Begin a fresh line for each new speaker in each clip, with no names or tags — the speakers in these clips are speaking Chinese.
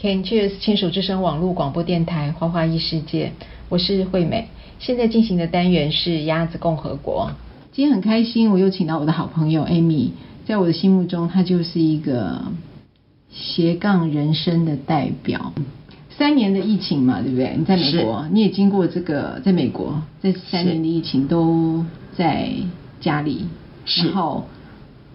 Can Cheers 牵手之声网络广播电台《花花异世界》，我是惠美。现在进行的单元是鸭子共和国。今天很开心，我又请到我的好朋友 Amy。在我的心目中，她就是一个斜杠人生的代表。三年的疫情嘛，对不对？你在美国，你也经过这个，在美国这三年的疫情都在家里，
是
然后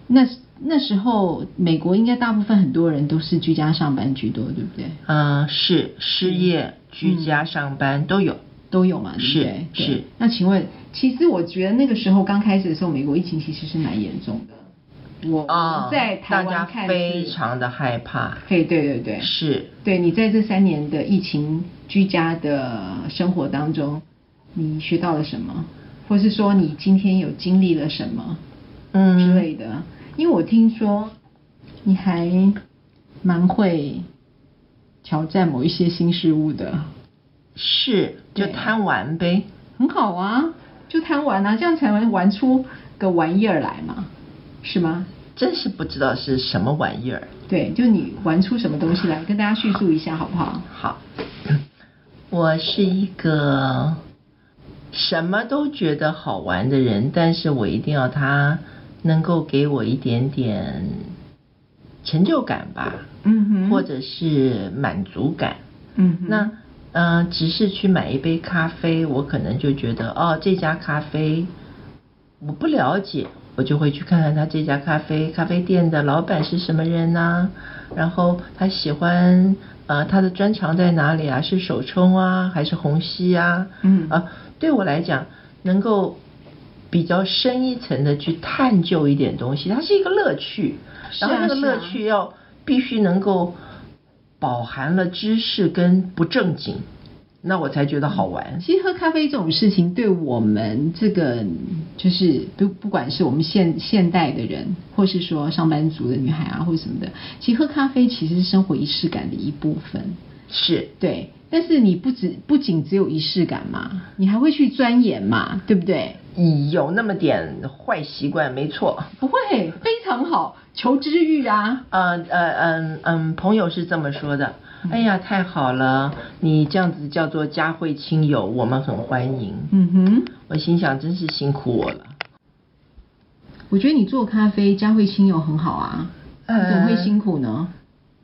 那那时候美国应该大部分很多人都是居家上班居多，对不对？
嗯、是失
嗯
业、居家上班都有。
都有嘛，对不
是
对？对
是
那请问，其实我觉得那个时候刚开始的时候，美国疫情其实是蛮严重的。我
啊、
我在台湾
大家
看
非
是
常的害怕。
嘿，对对对，
是，
对你在这三年的疫情居家的生活当中，你学到了什么，或是说你今天有经历了什么
嗯
之类的？因为我听说你还蛮会挑战某一些新事物的，
是，就
对
贪玩呗。
很好啊，就贪玩啊，这样才能玩出个玩意儿来嘛，是吗？
真是不知道是什么玩意儿。
对，就你玩出什么东西来，跟大家叙述一下好不好？
好， 我是一个什么都觉得好玩的人，但是我一定要他能够给我一点点成就感吧，
嗯哼，
或者是满足感。
嗯哼，
那呃，只是去买一杯咖啡，我可能就觉得哦，这家咖啡我不了解，我就会去看看他这家咖啡咖啡店的老板是什么人呐、然后他喜欢呃他的专长在哪里啊？是手冲啊，还是虹吸啊？
嗯
啊，对我来讲，能够比较深一层的去探究一点东西，它是一个乐趣，
是
然后
啊
那个
是
乐
啊
趣要必须能够饱含了知识跟不正经，那我才觉得好玩。
其实喝咖啡这种事情，对我们这个就是不不管是我们现现代的人，或是说上班族的女孩啊，或什么的，其实喝咖啡其实是生活仪式感的一部分。
是，
对，但是你不只不仅只有仪式感嘛，你还会去钻研嘛，对不对？
有那么点坏习惯，没错。
不会，非常好，求知欲啊。
呃呃嗯嗯，朋友是这么说的。
嗯
哎呀，太好了，你这样子叫做家惠亲友，我们很欢迎。
嗯哼，
我心想，真是辛苦我了。
我觉得你做咖啡加会亲友很好啊，
呃
你怎么会辛苦呢？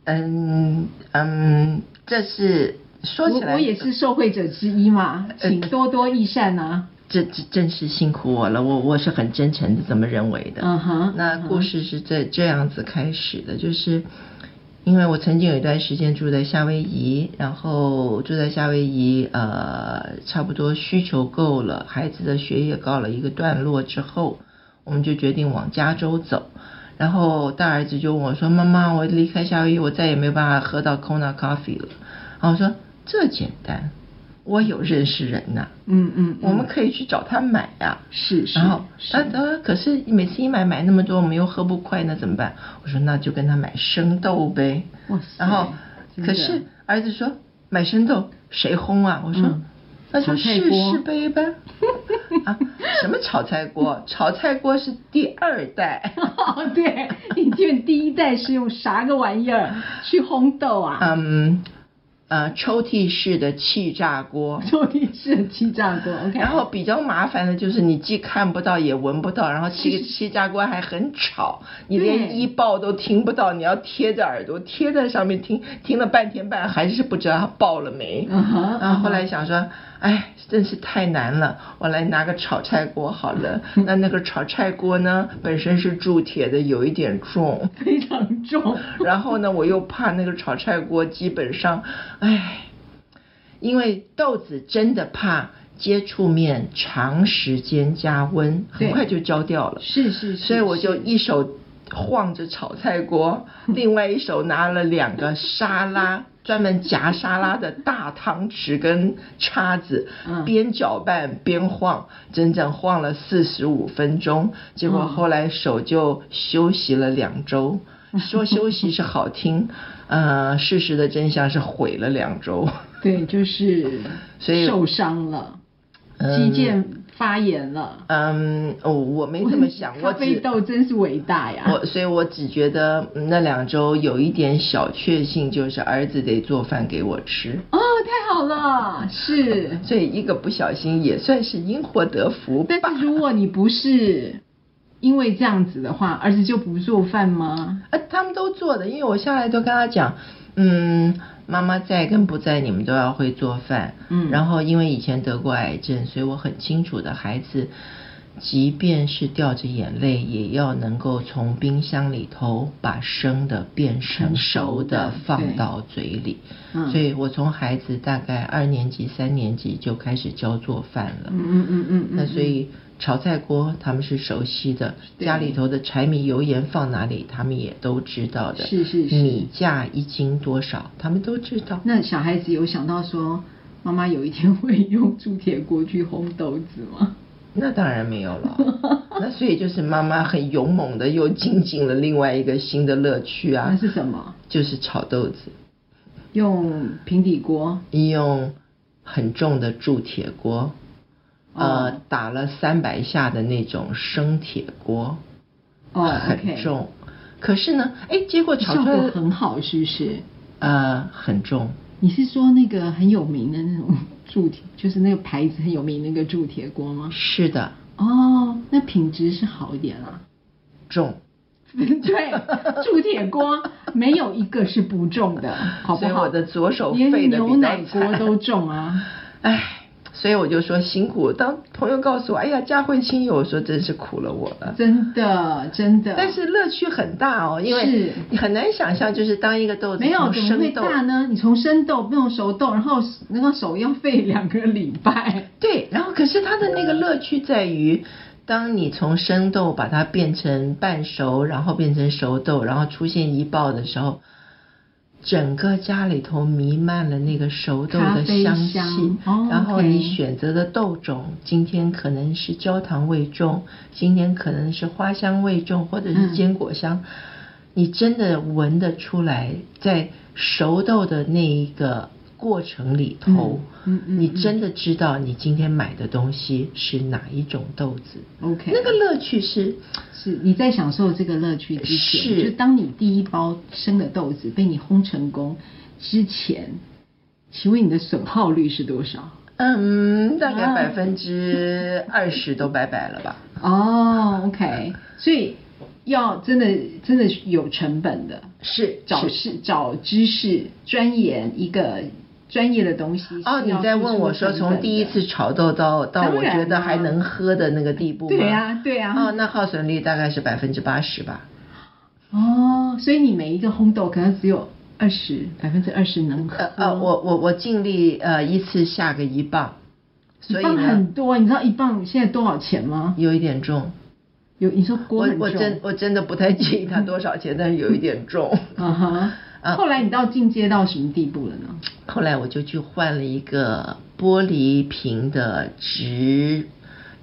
嗯嗯，这是说起来，
我我也是受惠者之一嘛，
呃
请多多益善啊。
这这真是辛苦我了，我我是很真诚的这么认为的。
嗯哼
那
嗯哼
故事是这这样子开始的，就是因为我曾经有一段时间住在夏威夷，然后住在夏威夷，呃，差不多需求够了，孩子的学业告了一个段落之后，我们就决定往加州走。然后大儿子就问我说：“妈妈，我离开夏威夷，我再也没有办法喝到 Kona Coffee 了。”然后我说：“这简单，我有认识人呐、
嗯嗯，嗯
我们可以去找他买呀、
是是
然后
是
他他可是每次一买买那么多，我们又喝不快，那怎么办？我说那就跟他买生豆呗。
哇塞
然后
真的
可是儿子说买生豆谁烘啊？我说、
嗯
那就
炒菜
试
锅
试 呗呗。啊，什么炒菜锅？炒菜锅是第二代。
哦， 对，你记得第一代是用啥个玩意 儿去烘豆啊？
嗯呃，抽屉式的气炸锅。
抽屉式的气炸锅，OK。
然后比较麻烦的就是你既看不到也闻不到，然后
是
气气炸锅还很吵，你
对
连一爆都听不到，你要贴着耳朵贴在上面听，听了半天半还是不知道它爆了没。
嗯哼
然后后来想说，哎，真是太难了，我来拿个炒菜锅 好了。那那个炒菜锅呢，本身是铸铁的，有一点重。
非常重，
然后呢，我又怕那个炒菜锅，基本上，唉，因为豆子真的怕接触面长时间加温，
对
很快就焦掉了。
是嗯是 是
所以我 就是一手晃着炒菜 锅，另外一手拿了两个沙
嗯
拉。专门夹沙拉的大汤匙跟叉子
嗯，
边搅拌边晃，整整晃了四十五分钟。结果
嗯
后来手就休息了两周。
嗯
说休息是 好听，呃，事实的真相是毁了两周。
对，就是
所以
受伤了，
嗯
肌腱发言了。
嗯，哦，我没这 么想，我
咖啡
只
豆真是伟大呀！
我所以，我只觉得嗯那两周有一点小确幸，就是儿子得做饭给我吃，
哦，太好了，是。
所以一个不小心也算是因祸得福吧。
但是如果你不是因为这样子的话，儿子就不做饭吗？
呃，他们都做的，因为我下来都跟他讲，嗯，妈妈在跟不在，你们都要会做饭。
嗯
然后因为以前得过癌症，所以我很清楚的，孩子即便是掉着眼泪，也要能够从冰箱里头把生的变成
成
熟
熟
的
的
放
对
到嘴里。
嗯
所以我从孩子大概二年级、三年级就开始教做饭了。
嗯嗯嗯嗯嗯
那所以炒菜锅他们是熟悉的，
对
家里头的柴米油盐放哪里，他们也都知道的。
是是是
米价一斤多少，他们都知道。
那小孩子有想到说，妈妈有一天会用铸铁锅去烘豆子吗？
那当然没有 了。那所以就是妈妈很勇猛的又精进了另外一个新的乐趣啊。
那是什么？
就是炒豆子，
用平底锅。
用很重的铸铁锅，呃，
哦
打了三百下的那种生铁锅，
哦
很
，OK
重。可是呢，哎，结果炒
效
出来
果
的
很好，是不是？
呃，很重。
你是说那个很有名的那种铸铁，就是那个牌子很有名的那个铸铁锅吗？
是的，
哦，那品质是好一点 啦。
重。
对，铸铁锅没有一个是不重的，好不
所以
好？
我的左手
连
废得比较
牛奶锅
惨
都重啊。
唉，所以我就说辛苦。当朋友告诉我，哎呀，家慧亲友，我说真是苦了我了。
真的，真的。
但是乐趣很大哦，因为
是
你很难想象，就是当一个豆子
没有
从
怎么会
生豆，
大呢？你从生豆弄熟豆，然后那个手要废两个礼拜。
对，然后可是它的那个乐趣在于。当你从生豆把它变成半熟，然后变成熟豆，然后出现一爆的时候，整个家里头弥漫了那个熟豆
咖
的
啡
气，
香哦
然后你
OK
选择的豆种，今天可能是焦糖味重，今天可能是花香味重，或者是
嗯
坚果香，你真的闻得出来，在熟豆的那一个过程里头，
嗯嗯嗯
你真的知道你今天买的东西是哪一种豆子。
OK，
那个乐趣是，
是你在享受这个乐趣之前，就
是
当你第一包生的豆子被你烘成功之前，请问你的损耗率是多少？
嗯，大概
啊
百分之二十都拜 拜了吧。
哦，OK，所以要真的真的是有成本的，
是
找
是
事找知识钻研一个专业的东西。
哦，
是
你
要
在
付
问
出
我说，
成
从
本
第一
的
次炒豆到到
当
我觉
然
得
啦
还能喝的那个地步吗？
对呀对啊呀
哦，那耗损率大概是百分之八十吧。
哦，所以你每一个烘豆可能只有二十百分之二十能喝。
呃呃，我我我尽力呃一次下个一磅，所
一
以
磅
呢
很多，你知道一磅现在多少钱吗？
有一点重。
有你说锅
我
很
我
重
真我真的不太介 意它多少钱，但是有一点重。
啊哈。
啊
后来你到进阶到什么地步了呢？
后来我就去换了一个玻璃瓶的直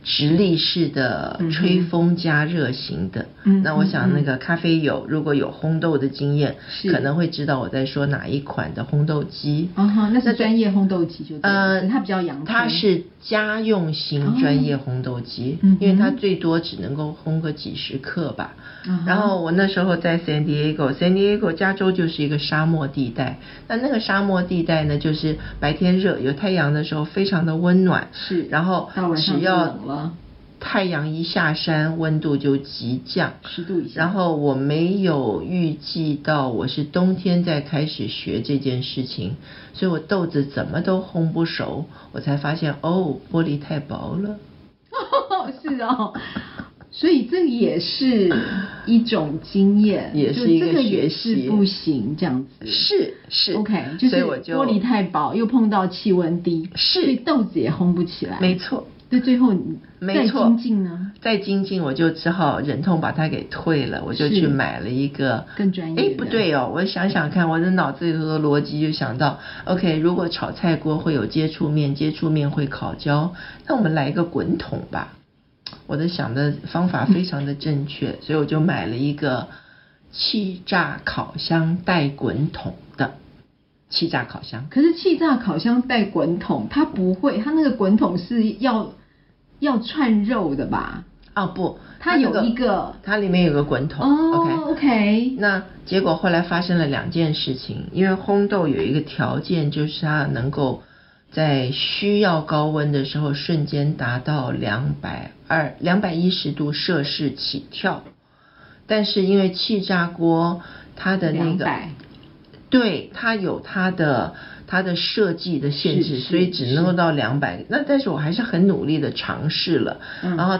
直立式的
嗯哼
吹风加热型的。
嗯
那我想
嗯
那个咖啡友如果有烘豆的经验，
是
可能会知道我在说哪一款的烘豆机。
啊哈，那
呃那
是
在
专业烘豆机就对了
呃
可是，它比较洋气
它是家用型专业烘豆机，
嗯哼
因为它最多只能够烘个几十克吧。
嗯哼
然后我那时候在 San Diego，San Diego 加州就是一个沙漠地带。那那个沙漠地带呢，就是白天热，有太阳的时候非常的温暖。
是
然后
到晚上
只
就
要
冷了
太阳一下山，温度就急降。
十度以下。
然后我没有预计到我是冬天再开始学这件事情，所以我豆子怎么都烘不熟，我才发现哦，玻璃太薄了。
是哦，所以这也是一种经验，
也
就是
一个
这个
学
也
习
是不行这样子。
是是
OK，就是
所以我就
玻璃太薄，又碰到气温低，
是
所以豆子也烘不起来。
没错，
对，最后你
没错
再精进呢，
再精进我就只好忍痛把它给退了，我就是去买了一个
更专业的
哎，不对哦，我想想看，我的脑子里头的逻辑就想到，OK，如果炒菜锅会有接触面，接触面会烤焦，那我们来一个滚筒吧。我的想的方法非常的正确，所以我就买了一个气炸烤箱带滚筒的气炸烤箱。
可是气炸烤箱带滚筒，它不会，它那个滚筒是要要串肉的吧？
哦不，
它有
这
一个
它里面有个滚筒。
哦
OK。
，OK，
那结果后来发生了两件事情，因为烘豆有一个条件，就是它能够在需要高温的时候瞬间达到两百二、两百一十度摄氏起跳，但是因为气炸锅它的那
两
个
百，
对，它有它的它的设计的限
是
制，
是
所以只能够到两百。那但是我还是很努力的尝试了，
嗯
然后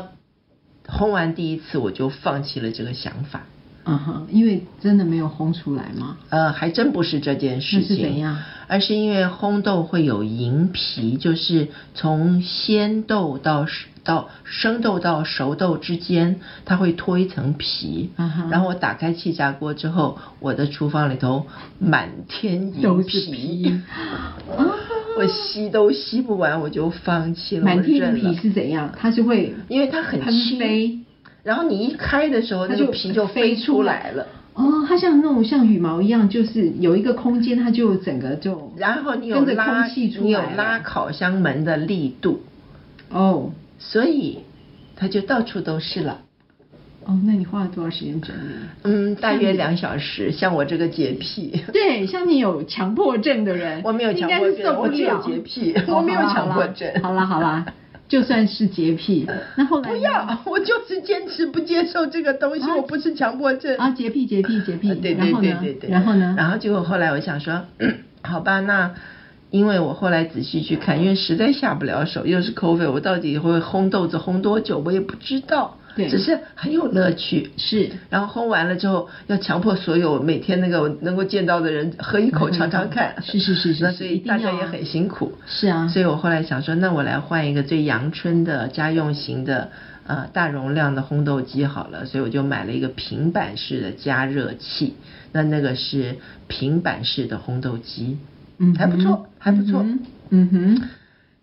烘完第一次我就放弃了这个想法。
嗯哼，因为真的没有烘出来吗？
呃，还真不是这件事
那是
情，
怎样
而是因为烘豆会有银皮，就是从鲜豆到到生豆到熟豆之间，它会脱一层皮。
啊哈
然后我打开气炸锅之后，我的厨房里头满天
都
银
是
皮，啊我吸都吸不完，我就放弃了，
满
我
天
认了
皮是怎样？它是会
因为它很
喷
轻
飞，
然后你一开的时候，
它
那
就
个皮就
飞
飞
出
出
来
来了。
哦，它像那种像羽毛一样，就是有一个空间，它就整个就
然后你有
跟着
拉，
空气出来了，
你有拉烤箱门的力度，
哦
所以它就到处都是了。
哦，那你花了多少时间整理？
嗯，大约
像你
两小时，像我这个洁 癖。
对，像你有强迫症的人，
我没有强迫
应该
症
是受不
我只有
了
洁癖
哦
我没有
好啦
强迫症
好啦好啦，好啦就算是洁癖，那后来
不
呢
要，啊我就是坚持不接受这个东西，
啊
我不是强迫症
啊，洁癖洁癖洁癖
呃对
然
对
后
对
呢
对对。
然后呢
然后结果后来我想说， 好吧，那因为我后来仔细去看，因为实在下不了手，又是口水，我到底会烘豆子烘多久，我也不知道。
对
只是很有乐趣。
是
然后烘完了之后，要强迫所有每天那个能够见到的人 喝一口尝尝看。
是是是是
那
是
所
一
以
定
大家
要啊
也很辛苦。
是啊
所以我后来想说，那我来换一个最阳春的家用型的呃大容量的烘豆机好了，所以我就买了一个平板式的加热器，那那个是平板式的烘豆机，
嗯哼，
还不错，还不错，嗯
嗯哼嗯哼，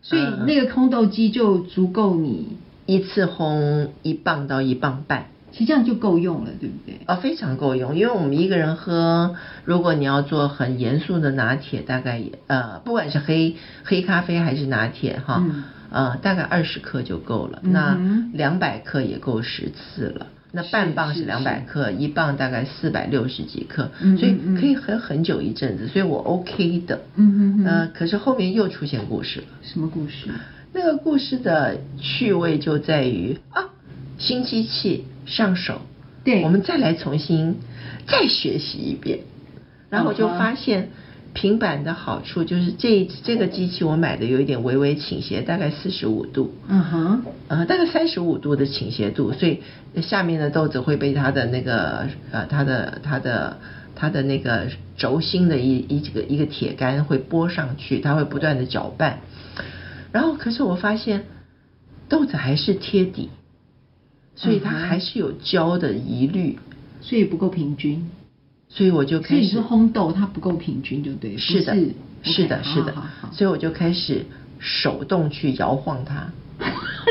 所以那个空豆机就足够你，
一次烘一磅到一磅半。
其实这样就够用了，对不对？
哦，非常够用，因为我们一个人喝，如果你要做很严肃的拿铁，大概也呃，不管是黑黑咖啡还是拿铁哈，
嗯
呃，大概二十克就够了。
嗯
那两百克也够十次了。那
是
半磅
是
是两百
是
克，一磅大概四百六十几克，
嗯
所以
嗯嗯
可以喝很久一阵子，所以我 OK 的。
嗯哼哼
呃，可是后面又出现故事了。
什么故事？
那个故事的趣味就在于啊，新机器上手，
对
我们再来重新再学习一遍，然后我就
嗯哼
发现。平板的好处就是这这个机器我买的有一点微微倾斜，大概四十五度，
嗯哼，
呃，大概三十五度的倾斜度，所以下面的豆子会被它的那个呃，它的它的它的那个轴心的一一个一个铁杆会拨上去，它会不断的搅拌。然后，可是我发现豆子还是贴底，所以它
嗯哼
还是有胶的疑虑，
所以不够平均。
所以我就
所以
开
你
始
说烘豆它不够平均，就对，不
是的，是的，
OK，
是的
好好，好
所以我就开始手动去摇晃它。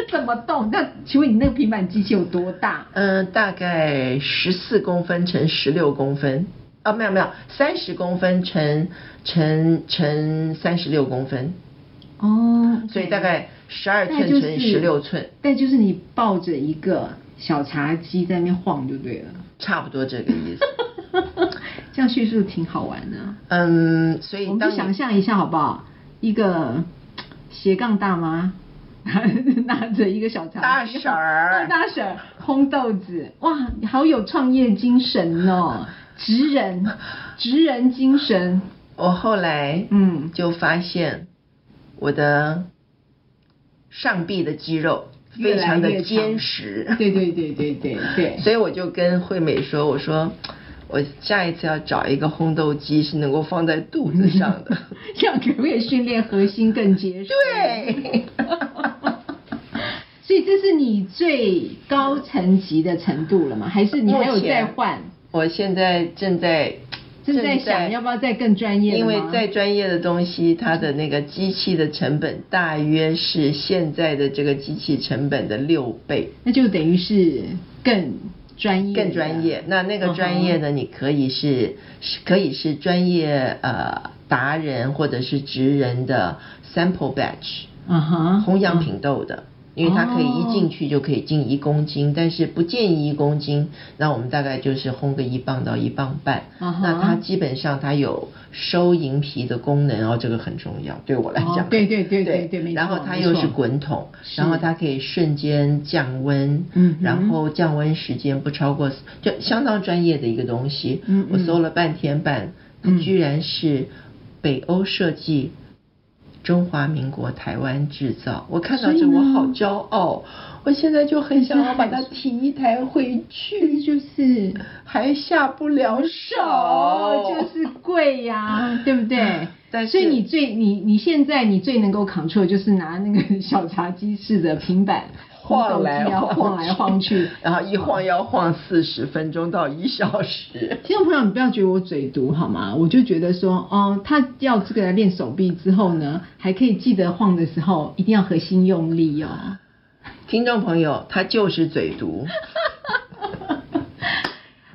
怎么动？那请问你那个平板机器有多大？
嗯，大概十四公分乘十六公分，啊，没有没有，三十公分乘乘乘三十六公分，
哦，
所以大概12寸
那就是
乘16寸
但就是你抱着一个小茶几在那边晃就对了。
差不多这个意思。
这样叙述挺好玩的。
嗯，所以
我们
当
就
你
想象一下好不好？一个斜杠大妈。 拿拿着一个小茶
大
几
婶儿
大婶儿烘豆子，哇，好有创业精神 哦，职人，职人精神，
我后来
嗯
就发现我的上臂的肌肉
越
非
来
常的
越长
坚实，
对对对对对对，
所以我就跟惠美说，我说我下一次要找一个烘豆机是能够放在肚子上的。
这样可不可以训练核心更结实？
对，
所以这是你最高层级的程度了吗？还 是你还有再换？
我现在正在
正在想要不要再更专业的
因
吗
为再专业的东西，它的那个机器的成本大约是现在的这个机器成本的六倍。
那就等于是更专业的，嗯哦
更专业。那那个专业呢，你可以是是可以是专业呃达人或者是职人的 sample batch，
嗯哼，嗯哼
烘样品豆的。因为它可以一进去就可以进一公斤，
哦
但是不建议一公斤。那我们大概就是烘个一磅到一磅半。
啊哈
那它基本上它有收银皮的功能，哦，这个很重要，对我来讲。
哦对对对对
对
对没错
然后它
没
又
错
是滚筒，
是
然后它可以瞬间降温，
嗯哼
然后降温时间不超过，就相当专业的一个东西。
嗯
我
嗯
搜了半天半，它
嗯
居然是北欧设计。中华民国台湾制造，我看到
所以
这我
呢
好骄傲，我现在就很想要把它
现在
提抬回
这
去，
就是
还下不了手，
就是贵呀、 对不对？
哦但是
所以你最你你现在你最能够 control 就是拿那个小茶几式的平板
晃来
烘豆机啊
晃
晃来晃去。
然后一晃要晃四十分钟到一小时。
听众朋友，你不要觉得我嘴毒好吗？我就觉得说，哦，他要这个来练手臂之后呢，还可以记得晃的时候一定要核心用力哦。
听众朋友，他就是嘴毒，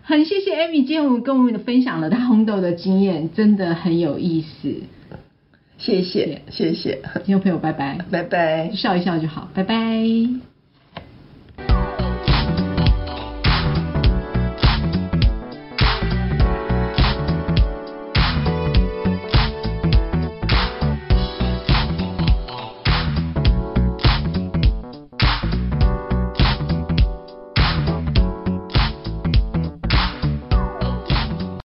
很谢谢 Amy 今天我们跟我们分享了她烘豆的经验，真的很有意思。
谢谢谢谢，
听众朋友，拜拜，
拜拜。
笑一笑就好，拜拜。